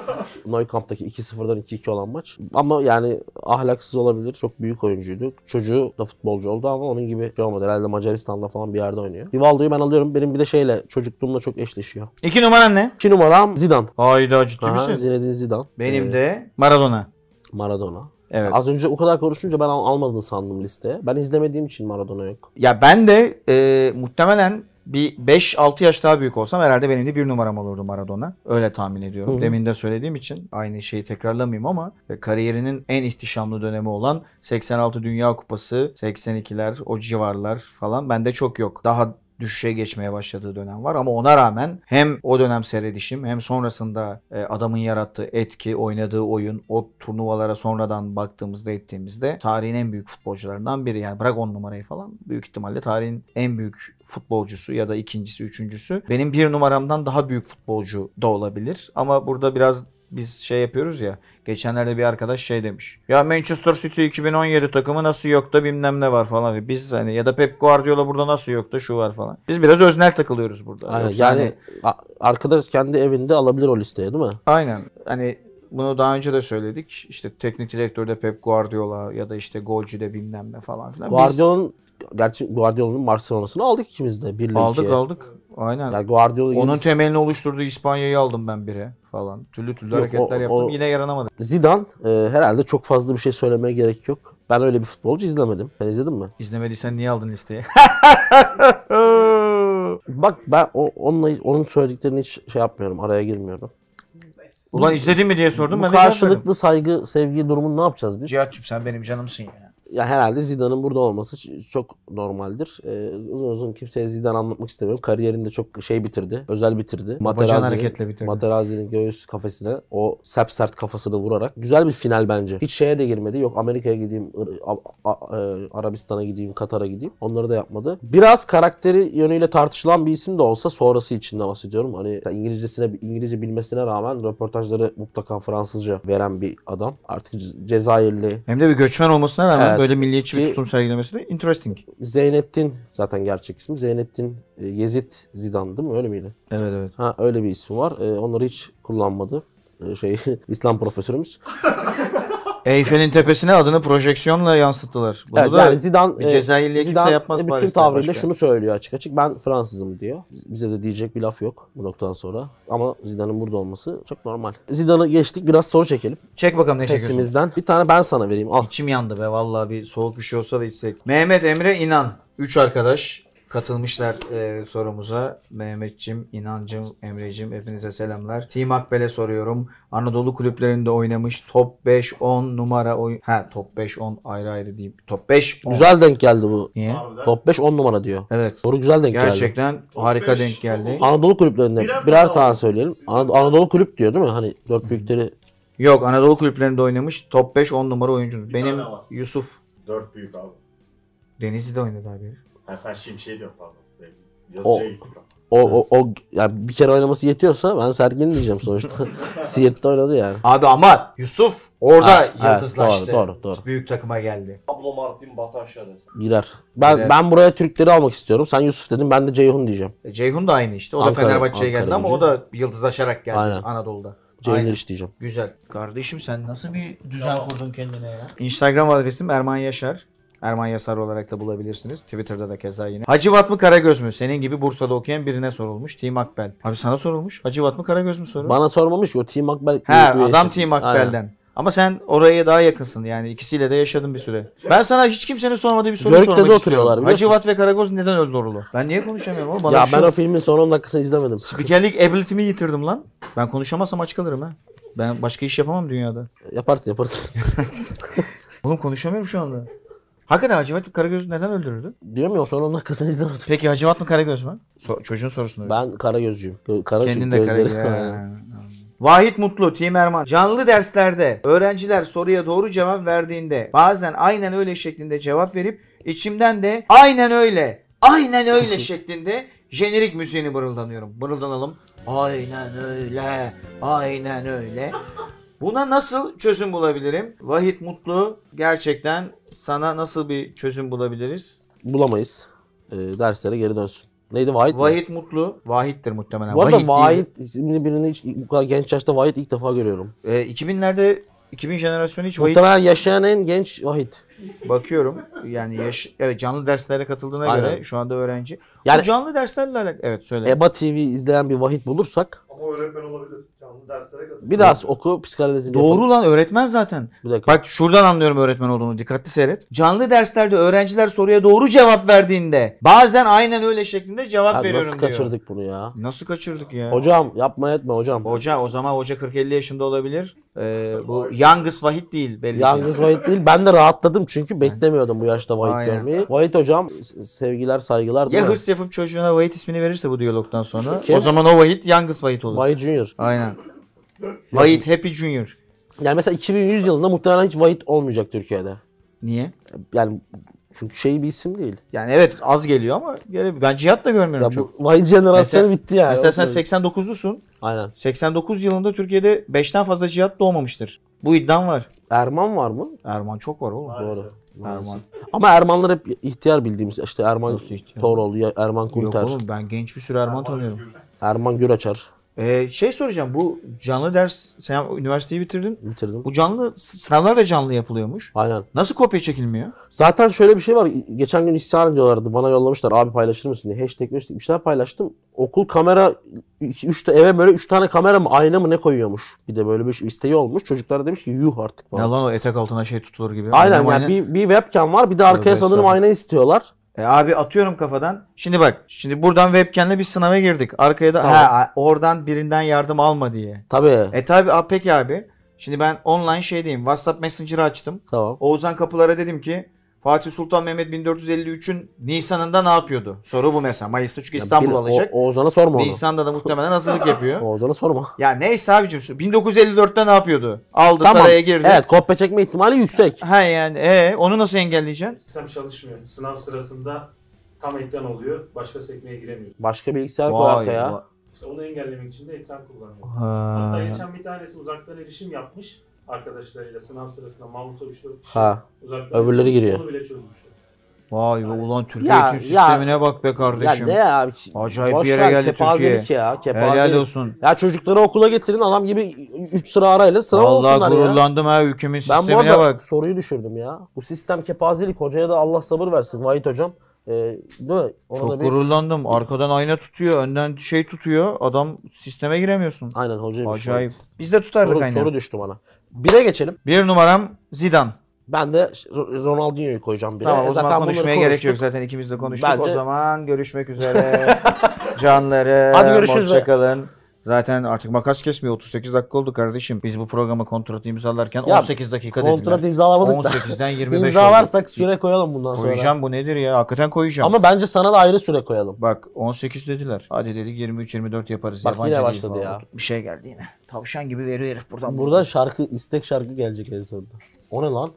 B: Nou Camp'taki 2-0'dan 2-2 olan maç. Ama yani ahlaksız olabilir. Çok büyük oyuncuydu. Çocuğu da futbolcu oldu ama onun gibi şey olmadı. Herhalde Macaristan'da falan bir yerde oynuyor. Rivaldo'yu ben alıyorum. Benim bir de şeyle çocukluğumla çok eşleşiyor.
A: İki numaran ne?
B: 2 numaram Zidane.
A: Hayda ciddi
B: Aha,
A: misin?
B: Zinedine Zidane.
A: Benim
B: Ee,
A: de Maradona.
B: Maradona.
A: Evet.
B: Az önce o kadar konuşunca ben al- almadın sandım listeye. Ben izlemediğim için Maradona yok.
A: Ya ben de e, muhtemelen bir 5-6 yaş daha büyük olsam herhalde benim de bir numaram olurdu Maradona. Öyle tahmin ediyorum.
B: Hı hı.
A: Demin de söylediğim için aynı şeyi tekrarlamayayım ama e, kariyerinin en ihtişamlı dönemi olan 86 Dünya Kupası, 82'ler, o civarlar falan bende çok yok. Daha düşüşe geçmeye başladığı dönem var ama ona rağmen hem o dönem seyredişim hem sonrasında e, adamın yarattığı etki, oynadığı oyun, o turnuvalara sonradan baktığımızda ettiğimizde tarihin en büyük futbolcularından biri. Yani bırak on numarayı falan büyük ihtimalle tarihin en büyük futbolcusu ya da ikincisi, üçüncüsü. Benim bir numaramdan daha büyük futbolcu da olabilir ama burada biraz biz şey yapıyoruz ya. Geçenlerde bir arkadaş şey demiş. Ya Manchester City 2017 takımı nasıl yok da bilmem ne var falan. Biz hani ya da Pep Guardiola burada nasıl yok da şu var falan. Biz biraz öznel takılıyoruz burada.
B: Aynen,
A: Yoksa
B: yani
A: şey hani-
B: a- arkadaş kendi evinde alabilir o listeye değil mi?
A: aynen. Hani bunu daha önce de söyledik. İşte teknik direktörde Pep Guardiola ya da işte golcüde bilmem ne falan filan. Biz
B: Guardiola'nın gerçi Guardiola'nın Barcelona'sını aldık ikimiz de. Bir
A: aldık aldık. Aynen.
B: Yani Guardiola
A: Onun
B: İngiliz-
A: temelini oluşturduğu İspanya'yı aldım ben bire falan. Türlü türlü
B: Yok,
A: hareketler
B: o-
A: yaptım.
B: o-
A: Yine yaranamadım.
B: Zidane e, herhalde çok fazla bir şey söylemeye gerek yok. Ben öyle bir futbolcu izlemedim. Sen izledin mi?
A: İzlemediysen niye aldın listeye?
B: Bak ben o, onunla, onun söylediklerini hiç şey yapmıyorum. Araya girmiyorum.
A: Ulan izledin mi diye sordum.
B: Bu
A: ben de şey cevap verdim.
B: karşılıklı saygı, sevgi durumunu ne yapacağız biz? Ya
A: Cihat'cığım sen benim canımsın ya.
B: herhalde Zidane'ın burada olması ç- çok normaldir. E, uzun uzun kimseye Zidane anlatmak istemiyorum. Kariyerinde çok şey bitirdi. Özel bitirdi.
A: Bacağın
B: Materazzi'nin-
A: hareketle bitirdi.
B: Materazzi'nin göğüs kafesine o sert sert kafasını vurarak güzel bir final bence. Hiç şeye de girmedi. Yok Amerika'ya gideyim, Ir- A- A- e, Arabistan'a gideyim, Katar'a gideyim. Onları da yapmadı. Biraz karakteri yönüyle tartışılan bir isim de olsa sonrası için de bahsediyorum. Hani İngilizcesine İngilizce bilmesine rağmen röportajları mutlaka Fransızca veren bir adam. Artık Ce- Cezayirli.
A: Hem de bir göçmen olmasına rağmen
B: Evet.
A: böyle milliyetçi bir
B: Ki-
A: tutum sergilemesi de interesting.
B: Zeynettin zaten gerçek ismi. Zeynettin e, Yezid Zidane değil mi? Öyle miydi?
A: Evet evet.
B: Ha öyle bir ismi var. E, onları hiç kullanmadı. E, şey İslam profesörümüz.
A: Eyfel'in tepesine adını projeksiyonla yansıttılar. Bunu
B: Evet,
A: da
B: yani Zidane,
A: bir
B: e,
A: Cezayirli'ye kimse
B: Zidane
A: yapmaz
B: bütün
A: Paris'te
B: tavrıyla
A: başka.
B: şunu söylüyor açık açık. Ben Fransızım diyor. Bize de diyecek bir laf yok bu noktadan sonra. Ama Zidane'ın burada olması çok normal. Zidane'ı geçtik biraz soru çekelim.
A: çek bakalım ne çekiyorsun.
B: Sesimizden. Bir tane ben sana vereyim. Al.
A: İçim yandı be vallahi bir soğuk bir şey olsa da içsek. Mehmet Emre İnan. Üç arkadaş katılmışlar e, sorumuza. Mehmetçim, İnancım, Emrecim hepinize selamlar. Team Akbel'e soruyorum. Anadolu kulüplerinde oynamış top 5 10 numara oyun. Ha top 5 10 ayrı ayrı diyeyim. Top 5 10.
B: Güzel denk geldi bu.
A: Niye?
C: Harbiden.
B: Top 5 10 numara diyor.
A: Evet.
B: Soru güzel denk geldi.
A: Gerçekten
C: Top
A: harika
C: beş,
A: denk geldi.
C: çok-
B: Anadolu kulüplerinden
C: Birer
B: birer,
C: tane
B: tane,
C: alalım.
B: söyleyelim. Ana- Anadolu kulüp diyor değil mi? Hani dört büyükleri
A: Yok Anadolu kulüplerinde oynamış top 5 10 numara oyuncu.
C: Bir
A: Benim
C: tane var.
A: Yusuf
C: Dört büyük abi.
A: Denizli'de oynadı abi.
C: Ha sen şimşeği diyorsun pardon.
B: O-
C: Yazıcıya gittim. ben.
B: o, o, o yani bir kere oynaması yetiyorsa ben Sergin diyeceğim sonuçta. Siirt'te oynadı yani.
A: Abi ama Yusuf orada
B: Ha, evet,
A: yıldızlaştı.
B: doğru, doğru, doğru.
A: Büyük takıma geldi.
C: Pablo Martin Bataşa desin.
B: Girer. Ben
A: Girer.
B: ben buraya Türkleri almak istiyorum. Sen Yusuf dedin. Ben de Ceyhun diyeceğim.
A: E, Ceyhun da aynı işte. O
B: Ankara-
A: da Fenerbahçe'ye
B: Ankara
A: geldi ama
B: gücü.
A: o da yıldızlaşarak geldi
B: Aynen.
A: Anadolu'da.
B: Ceyhun
A: Aynen.
B: Yeriş diyeceğim.
A: Güzel. Kardeşim sen nasıl bir düzen kurdun kendine ya? Instagram adresim Erman Yaşar. Erman Yaşar olarak da bulabilirsiniz. Twitter'da da keza yine. Hacivat mı Karagöz mü? Senin gibi Bursa'da okuyan birine sorulmuş. Team Akbel. Abi sana sorulmuş. Hacivat mı Karagöz mü soru?
B: Bana sormamış ki o Team Akbel.
A: He adam Team Akbel'den. Ama sen oraya daha yakınsın yani ikisiyle de yaşadın bir süre. Ben sana hiç kimsenin sormadığı bir soru
B: Görük'te
A: sormak
B: de
A: istiyorum.
B: oturuyorlar biliyorsun.
A: Hacivat ve Karagöz neden öldü Orulu? Ben niye konuşamıyorum oğlum? Bana
B: Ya
A: bir şey
B: ben
A: yok.
B: o filmin son 10 dakikasını izlemedim.
A: Spikerlik ability'mi yitirdim lan. Ben konuşamazsam aç kalırım ha. Ben başka iş yapamam dünyada.
B: Yaparsın yaparsın.
A: Oğlum konuşamıyorum şu anda. Hakikaten Hacivat Karagöz neden öldürüldü?
B: Diyorum ya o son 10 dakikasını izlemedim.
A: Peki Hacivat mı Karagöz mü? So- çocuğun sorusunu.
B: Ben kara gözcüyüm. Gö- Kara
A: Kendin de
B: çünkü
A: Karagöz.
B: gözleri.
A: Ha. Vahit Mutlu, Team Erman. Canlı derslerde öğrenciler soruya doğru cevap verdiğinde bazen aynen öyle şeklinde cevap verip içimden de aynen öyle, aynen öyle şeklinde jenerik müziğini mırıldanıyorum. Mırıldanalım. Aynen öyle, aynen öyle. Buna nasıl çözüm bulabilirim? Vahit Mutlu gerçekten sana nasıl bir çözüm bulabiliriz?
B: Bulamayız. Ee, derslere geri dönsün. Neydi Vahit? mi?
A: Vahit Mutlu, Vahit'tir muhtemelen.
B: Bu arada
A: Vahit değil.
B: Vahit isimli birini hiç, bu kadar genç yaşta Vahit ilk defa görüyorum.
A: Ee, 2000'lerde 2000 jenerasyonu hiç Vahit
B: Muhtemelen yaşayan en genç Vahit.
A: Bakıyorum yani yaş evet canlı derslere katıldığına
B: Aynen.
A: göre şu anda öğrenci. Yani
B: Yani- E,
A: canlı derslerle alakalı. Evet söyle.
B: EBA TV izleyen bir Vahit bulursak
C: Ama öğretmen olabilir. Canlı derslere katılır.
B: bir daha oku psikanalizini yapalım.
A: Doğru lan öğretmen zaten.
B: Bir dakika.
A: Bak şuradan anlıyorum öğretmen olduğunu dikkatli seyret. Canlı derslerde öğrenciler soruya doğru cevap verdiğinde bazen aynen öyle şeklinde cevap
B: Abi
A: veriyorum
B: nasıl
A: diyor.
B: kaçırdık bunu ya?
A: Nasıl kaçırdık ya?
B: Hocam yapma etme hocam.
A: Hoca o zaman hoca 40-50 yaşında olabilir. Ee, bu Yangız Vahit değil belli ki.
B: Yalnız Vahit değil. Ben de rahatladım çünkü beklemiyordum bu yaşta Vahit
A: Aynen.
B: görmeyi. Vahit hocam s- sevgiler saygılar. değil
A: Ya
B: mi?
A: hırs yapıp çocuğuna Vahit ismini verirse bu diyalogdan sonra
B: Kim?
A: o zaman o Vahit Yangız Vahit olur.
B: Vahit Junior.
A: Aynen. Vahit Happy Junior.
B: Yani mesela 2100 yılında muhtemelen hiç Vahit olmayacak Türkiye'de.
A: Niye?
B: Yani çünkü şey bir isim değil.
A: Yani evet az geliyor ama gelebilir. ben Cihat da görmüyorum
B: Ya
A: çok.
B: bu Vahit jenerasyonu bitti yani.
A: Mesela sen
B: Olsun.
A: 89'lusun.
B: Aynen.
A: 89 yılında Türkiye'de 5'ten fazla Cihat doğmamıştır. Bu iddian var.
B: Erman var mı?
A: Erman çok var oğlum.
C: Maalesef.
B: Doğru.
A: Erman.
B: Ama Ermanlar hep ihtiyar bildiğimiz işte Erman
A: Nasıl ihtiyar?
B: Toroğlu, ya- Erman
A: Yok
B: Kunter,
A: oğlum ben genç bir sürü Erman tanıyorum.
C: Özgür.
B: Erman Güraçar.
A: Ee, şey soracağım bu canlı ders sen üniversiteyi bitirdin.
B: Bitirdim.
A: Bu canlı sınavlar da canlı yapılıyormuş.
B: Aynen.
A: Nasıl kopya çekilmiyor?
B: Zaten şöyle bir şey var. Geçen gün isyan ediyorlardı. Bana yollamışlar. Abi paylaşır mısın diye. Hashtag, hashtag bir şeyler paylaştım. Okul kamera üç, üç- eve böyle 3 tane kamera mı ayna mı ne koyuyormuş. Bir de böyle bir şey- isteği olmuş. Çocuklar demiş ki yuh artık falan.
A: Ya lan o etek altına şey tutulur gibi.
B: Aynen
A: Aynen,
B: yani
A: aynen.
B: Bir, bir webcam var. Bir de arkaya
A: Tövbe
B: sanırım
A: estağfurullah.
B: ayna istiyorlar.
A: E abi atıyorum kafadan. Şimdi bak. Şimdi buradan webcam'le bir sınava girdik. Arkaya da
B: Tamam.
A: ha, oradan birinden yardım alma diye.
B: Tabii.
A: E tabi a, peki abi. Şimdi ben online şey diyeyim. WhatsApp Messenger'ı açtım.
B: Tamam.
A: Oğuzhan Kapılar'a dedim ki Fatih Sultan Mehmet 1453'ün Nisan'ında ne yapıyordu? Soru bu mesela. Mayıs'ta çünkü İstanbul
B: Yani bir-
A: alacak.
B: O, Oğuzhan'a sorma onu.
A: Nisan'da da muhtemelen hazırlık yapıyor.
B: Oğuzhan'a sorma.
A: ya neyse abicim. şu 1954'te ne yapıyordu? Aldı saraya girdi.
B: Evet kopya çekme ihtimali yüksek.
A: Ha yani e, onu nasıl engelleyeceksin?
D: Sistem çalışmıyor. Sınav sırasında tam ekran oluyor. Başka sekmeye giremiyorsun.
B: Başka bilgisayar koy
A: Vay,
B: arkaya.
D: İşte onu engellemek için de ekran kullanıyor.
A: Ha.
D: Hatta geçen bir tanesi uzaktan erişim yapmış arkadaşlarıyla sınav sırasında mouse'a 3-4 kişi
B: Ha.
D: uzaktan
B: öbürleri
D: erişim.
B: giriyor.
D: Onu bile çözmüşler.
A: Vay be ulan Türkiye
B: Ya,
A: eğitim
B: ya.
A: sistemine bak be kardeşim.
B: Ya ne ya?
A: Acayip
B: Boş
A: bir yere
B: ver,
A: geldi
B: kepazelik
A: Türkiye.
B: ya. Kepazelik.
A: Helal olsun.
B: Ya çocukları okula getirin adam gibi 3 sıra arayla sıra
A: Vallahi
B: olsunlar ya.
A: gururlandım ha ülkemin
B: Ben bu
A: sistemine
B: arada
A: bak.
B: soruyu düşürdüm ya. Bu sistem kepazelik. Hocaya da Allah sabır versin Vahit hocam. Ee, değil mi? Ona da
A: Çok
B: bir...
A: gururlandım. Arkadan ayna tutuyor, önden şey tutuyor. Adam sisteme giremiyorsun.
B: Aynen hocaymış.
A: Acayip. Biz de tutardık
B: şey Soru,
A: aynen.
B: soru düştü bana. Bire geçelim.
A: Bir numaram Zidane.
B: Ben de Ronaldinho'yu koyacağım bire.
A: Tamam
B: E
A: o zaman
B: zaten
A: konuşmaya
B: bunları
A: gerek yok.
B: konuştuk.
A: Zaten ikimiz de konuştuk.
B: Bence-
A: O zaman görüşmek üzere. Canları.
B: Hadi görüşürüz.
A: Hoşçakalın. Zaten artık makas kesmiyor. 38 dakika oldu kardeşim. Biz bu programa kontratı imzalarken
B: Ya,
A: 18 dakika
B: Kontrat
A: dediler.
B: imzalamadık da.
A: 18'den 25 oldu.
B: İmzalarsak süre koyalım bundan sonra.
A: Koyacağım bu nedir ya? Hakikaten koyacağım.
B: Ama bence sana da ayrı süre koyalım.
A: Bak 18 dediler. Hadi dedik 23-24 yaparız.
B: Bak
A: Yabancı
B: yine
A: değil
B: başladı
A: falan.
B: ya.
A: Bir şey geldi yine. Tavşan gibi veriyor herif buradan.
B: Burada şarkı, istek şarkı gelecek en sonunda. O ne lan?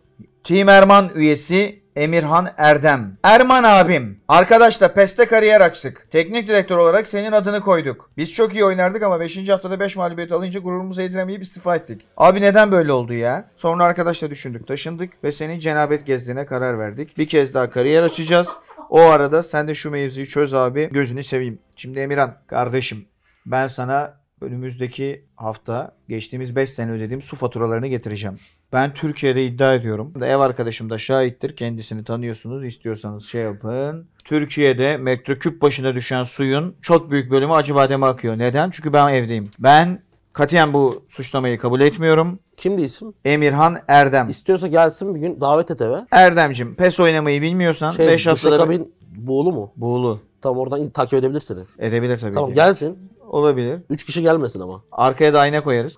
A: Team Erman üyesi Emirhan Erdem. Erman abim. Arkadaşla PES'te kariyer açtık. Teknik direktör olarak senin adını koyduk. Biz çok iyi oynardık ama 5. haftada 5 mağlubiyet alınca gururumuzu yediremeyip istifa ettik. Abi neden böyle oldu ya? Sonra arkadaşla düşündük, taşındık ve senin cenabet gezdiğine karar verdik. Bir kez daha kariyer açacağız. O arada sen de şu mevzuyu çöz abi. Gözünü seveyim. Şimdi Emirhan kardeşim ben sana önümüzdeki hafta geçtiğimiz 5 sene ödediğim su faturalarını getireceğim. Ben Türkiye'de iddia ediyorum. Ev arkadaşım da şahittir. Kendisini tanıyorsunuz. İstiyorsanız şey yapın. Türkiye'de metreküp başına düşen suyun çok büyük bölümü Acıbadem'e akıyor. Neden? Çünkü ben evdeyim. Ben katiyen bu suçlamayı kabul etmiyorum.
B: Kimdi isim?
A: Emirhan Erdem.
B: İstiyorsa gelsin bir gün davet et eve.
A: Erdem'cim PES oynamayı bilmiyorsan 5
B: Şey,
A: haftada... bir-
B: Duşakabin buğulu mu?
A: Buğulu.
B: Tam oradan iz- takip edebilir seni.
A: Edebilir tabii
B: Tamam
A: ki.
B: gelsin.
A: Olabilir.
B: Üç kişi gelmesin ama.
A: Arkaya da ayna koyarız.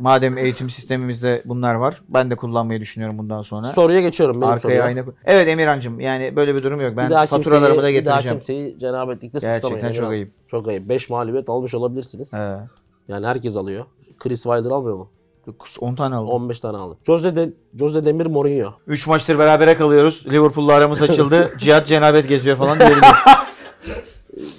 A: Madem eğitim sistemimizde bunlar var. Ben de kullanmayı düşünüyorum bundan sonra.
B: Soruya geçiyorum benim
A: Arkaya
B: soruya.
A: ayna koy- Evet Emirhan'cığım yani böyle bir durum yok.
B: Bir
A: Ben
B: daha
A: faturalarımı da
B: kimseyi- Bir daha
A: getireceğim.
B: kimseyi cenabetlikle suçlamayın.
A: Gerçekten
B: Emir
A: çok
B: abi.
A: ayıp.
B: Çok ayıp. Beş mağlubiyet almış olabilirsiniz.
A: He.
B: Yani herkes alıyor. Chris Wilder almıyor mu?
A: 10 tane aldım.
B: 15 tane aldı. Jose, de, Jose Demir Mourinho.
A: 3 maçtır berabere kalıyoruz. Liverpool'la aramız açıldı. Cihat cenabet geziyor falan diyelim.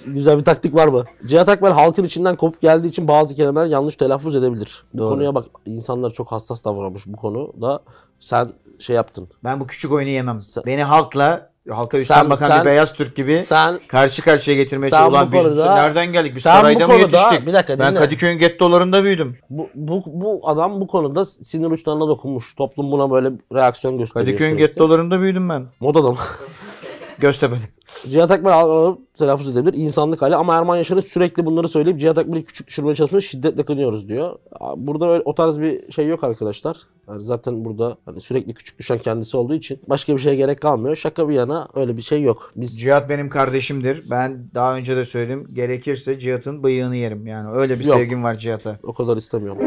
B: Güzel bir taktik var mı? Cihat Akbel halkın içinden kopup geldiği için bazı kelimeler yanlış telaffuz edebilir. Bu
A: Doğru.
B: konuya bak insanlar çok hassas davranmış bu konuda. Sen şey yaptın.
A: ben bu küçük oyunu yemem.
B: Sen-
A: Beni halkla, halka üstten
B: Sen-
A: bakan
B: sen-
A: bir beyaz Türk gibi
B: Sen
A: karşı karşıya getirmeye
B: Sen
A: çalışıyor.
B: bu
A: Ulan biz
B: konuda-
A: nereden geldik? Biz
B: sen bu
A: sarayda mı
B: konuda-
A: yetiştik?
B: Bir dakika,
A: ben
B: dinle.
A: Kadıköy'ün gettolarında büyüdüm.
B: bu, bu, bu adam bu konuda sinir uçlarına dokunmuş. Toplum buna böyle reaksiyon gösteriyor.
A: Kadıköy'ün
B: sürekli.
A: gettolarında büyüdüm ben.
B: Modada mı?
A: Göztepe'de.
B: Cihat Akbel al- alıp telaffuz edebilir. insanlık hali ama Erman Yaşar'ın sürekli bunları söyleyip Cihat Akbel'i küçük düşürmeye çalışması şiddetle kınıyoruz diyor. Aa, Burada öyle, o tarz bir şey yok arkadaşlar. Yani zaten burada hani sürekli küçük düşen kendisi olduğu için başka bir şeye gerek kalmıyor. Şaka bir yana öyle bir şey yok. Biz
A: Cihat benim kardeşimdir. Ben daha önce de söyledim. Gerekirse Cihat'ın bıyığını yerim. Yani öyle bir
B: Yok.
A: sevgim var Cihat'a.
B: o kadar istemiyorum.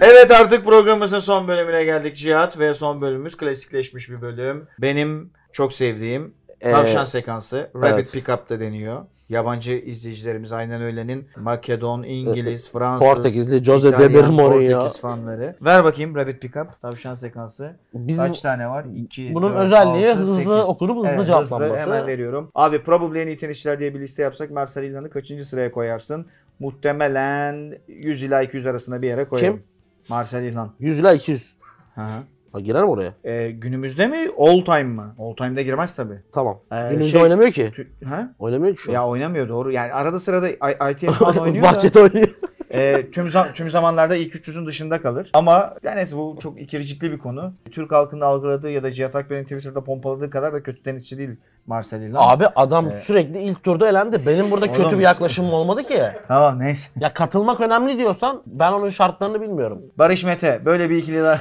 A: Evet artık programımızın son bölümüne geldik Cihat ve son bölümümüz klasikleşmiş bir bölüm. Benim çok sevdiğim
B: Ee,
A: tavşan sekansı Rabbit
B: evet.
A: Pickup da deniyor. Yabancı izleyicilerimiz aynen öylenin Makedon, İngiliz, Fransız,
B: Portekizli Jose
A: İtalyan,
B: de Mourinho.
A: Portekiz fanları. Ver bakayım Rabbit Pickup tavşan sekansı.
B: Biz
A: Kaç tane var? 2,
B: bunun özelliği hızlı okunup hızlı cevaplanması.
A: Hemen veriyorum. Abi Probably en iyi tenisçiler diye bir liste yapsak Marcel İlhan'ı kaçıncı sıraya koyarsın? Muhtemelen 100 ila 200 arasında bir yere koyarım.
B: Kim?
A: Marcel İlhan.
B: 100 ile 200.
A: Hı hı.
B: Ha, girer mi oraya?
A: Ee, günümüzde mi? All time mı? All time'da girmez tabii.
B: Tamam.
A: Ee,
B: Gününde
A: şey-
B: oynamıyor ki.
A: Tü- ha?
B: Oynamıyor ki şu an.
A: Ya oynamıyor doğru. Yani arada sırada I- ITF falan oynuyor da,
B: Bahçede oynuyor.
A: e, tüm, za- tüm zamanlarda ilk 300'ün dışında kalır. Ama yani neyse bu çok ikircikli bir konu. Türk halkının algıladığı ya da Cihat Akbel'in Twitter'da pompaladığı kadar da kötü tenisçi değil Marcelino.
B: Abi adam
A: Ee,
B: sürekli ilk turda elendi. Benim burada kötü
A: Oğlum.
B: bir yaklaşımım olmadı ki.
A: Tamam neyse.
B: Ya katılmak önemli diyorsan ben onun şartlarını bilmiyorum.
A: Barış Mete böyle bir ikili daha.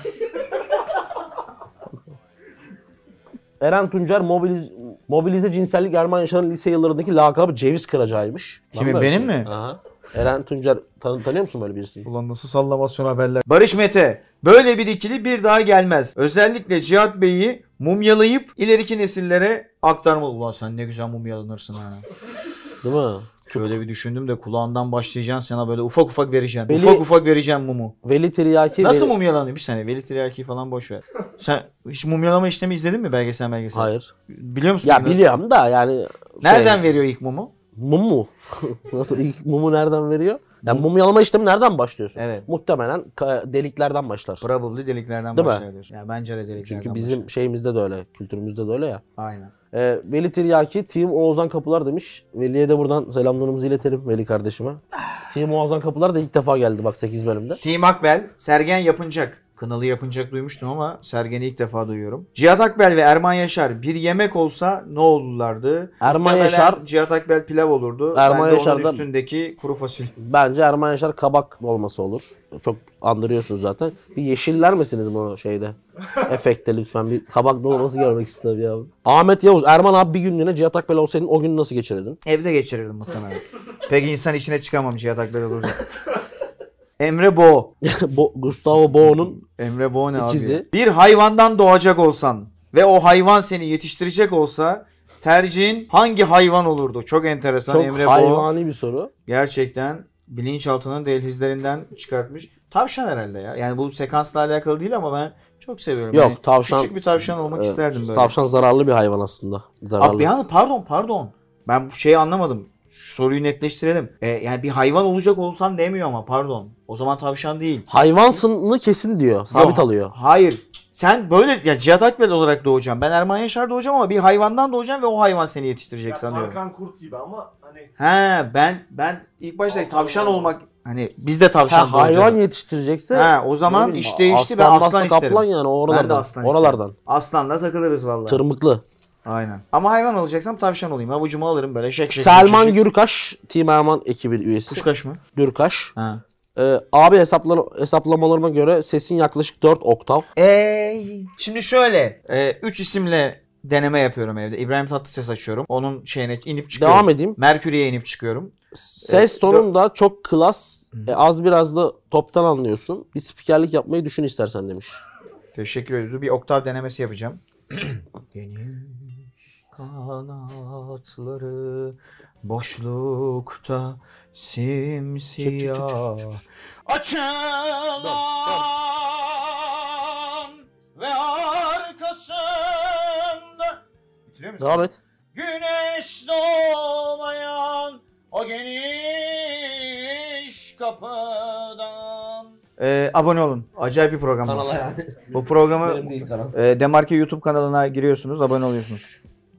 B: Eren Tuncer mobiliz, mobilize cinsellik Erman Yaşar'ın lise yıllarındaki lakabı ceviz kıracağıymış.
A: Kimin,
B: Lan böyle
A: benim mi?
B: Aha. Eren Tuncer tanı, tanıyor musun böyle birisini?
A: Ulan nasıl sallamasyon haberler. Barış Mete böyle bir ikili bir daha gelmez. Özellikle Cihat Bey'i mumyalayıp ileriki nesillere aktarma. Ulan sen ne güzel mumyalanırsın ha.
B: Değil mi?
A: Şöyle bir düşündüm de kulağından başlayacaksın sana böyle ufak ufak vereceğim.
B: Beli-
A: Ufak ufak vereceğim mumu.
B: Veli Tiryaki.
A: Nasıl
B: Veli-
A: mumyalanıyor? Bir saniye Veli Tiryaki falan boş ver. Sen hiç mumyalama işlemi izledin mi belgesel belgesel?
B: Hayır.
A: Biliyor musun?
B: Ya
A: bunu?
B: biliyorum da yani.
A: Nereden
B: Şey,
A: veriyor ilk mumu?
B: mum mu? Nasıl ilk mumu nereden veriyor? Yani mum yalama işlemi nereden başlıyorsun?
A: Evet.
B: Muhtemelen ka- deliklerden başlar.
A: Probably deliklerden
B: Değil mi?
A: başlar diyorsun. Ya bence de deliklerden
B: Çünkü bizim
A: başlar.
B: şeyimizde de öyle, kültürümüzde de öyle ya.
A: Aynen.
B: Ee, Veli Tiryaki, Team Oğuzhan Kapılar demiş. Veli'ye de buradan selamlarımızı iletelim Veli kardeşime. Team Oğuzhan Kapılar da ilk defa geldi bak 8 bölümde.
A: Team Akbel, Sergen Yapıncak. Kınalı Yapıncak duymuştum ama Sergen'i ilk defa duyuyorum. Cihat Akbel ve Erman Yaşar bir yemek olsa ne olurlardı?
B: Erman
A: Muhtemelen
B: Yaşar-
A: Cihat Akbel pilav olurdu.
B: Erman
A: ben de onun
B: Yaşar'dan-
A: üstündeki kuru fasulye.
B: Bence Erman Yaşar kabak olması olur. Çok andırıyorsunuz zaten. Bir yeşiller misiniz bu şeyde? Efekte lütfen bir kabak dolması görmek isterim ya. Ahmet Yavuz, Erman abi bir günlüğüne Cihat Akbel olsaydın o günü nasıl geçirirdin?
A: Evde geçirirdim muhtemelen. Pek insan içine çıkamam Cihat Akbel olurdu. Emre Bo.
B: Bo- Gustavo Boğ'un
A: Emre Bo ne abi?
B: İkizi.
A: Bir hayvandan doğacak olsan ve o hayvan seni yetiştirecek olsa tercihin hangi hayvan olurdu? Çok enteresan
B: çok
A: Emre Bo.
B: hayvani bir soru.
A: gerçekten bilinçaltının dehlizlerinden çıkartmış. Tavşan herhalde ya. Yani bu sekansla alakalı değil ama ben çok seviyorum.
B: Yok,
A: Yani
B: tavşan-
A: Küçük bir tavşan olmak
B: Ee,
A: isterdim böyle.
B: Tavşan zararlı bir hayvan aslında. Zararlı.
A: Abi yani pardon pardon. Ben bu şeyi anlamadım. Şu soruyu netleştirelim. Ee, yani bir hayvan olacak olsan demiyor ama pardon. O zaman tavşan değil.
B: Hayvansını kesin diyor. Sabit
A: Yok,
B: alıyor.
A: Hayır. Sen böyle ya Cihat Akbel olarak doğacaksın. Ben Erman Yaşar doğacağım ama bir hayvandan doğacağım ve o hayvan seni yetiştirecek
C: Ya
A: sanıyorum.
C: Hakan Kurt gibi ama hani
A: He ben ben ilk başta
C: Allah
A: tavşan
C: Allah.
A: olmak hani biz de tavşan
B: Ha,
A: doğacağız.
B: hayvan yetiştirecekse
A: Ha o zaman
B: Ne bileyim,
A: iş değişti ve
B: aslan,
A: aslan
B: bastan,
A: isterim.
B: kaplan yani oralardan.
A: Ben de aslan
B: oralardan.
A: Aslanla takılırız vallahi.
B: Tırmıklı.
A: Aynen. Ama hayvan olacaksam tavşan olayım. Avucuma alırım böyle şek şek. şek,
B: Selman
A: şek.
B: Gürkaş, Team Erman ekibi üyesi.
A: Kuşkaş mı?
B: Gürkaş.
A: Ha.
B: Ee, abi hesaplar, hesaplamalarına göre sesin yaklaşık 4 oktav.
A: Ey. Şimdi şöyle. E, üç isimle deneme yapıyorum evde. İbrahim Tatlıses açıyorum. Onun şeyine inip çıkıyorum.
B: Devam edeyim.
A: Merkür'e inip çıkıyorum.
B: Ses
A: Evet,
B: tonunda çok klas, e, az biraz da toptan anlıyorsun. Bir spikerlik yapmayı düşün istersen demiş.
A: Teşekkür ediyoruz. Bir oktav denemesi yapacağım. Geniş kanatları boşlukta simsiyah açılan ve arkasında Bitiriyor musun?
B: Devam et.
A: Güneş doğmayan o geniş kapıdan. Ee, abone olun. Acayip bir program. bu.
B: yani.
A: Bu programı
B: değil kanal.
A: e, Demarke YouTube kanalına giriyorsunuz, abone oluyorsunuz.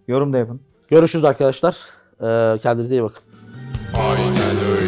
A: Yorum da yapın.
B: Görüşürüz arkadaşlar. Ee, kendinize iyi bakın.
E: Aynen öyle.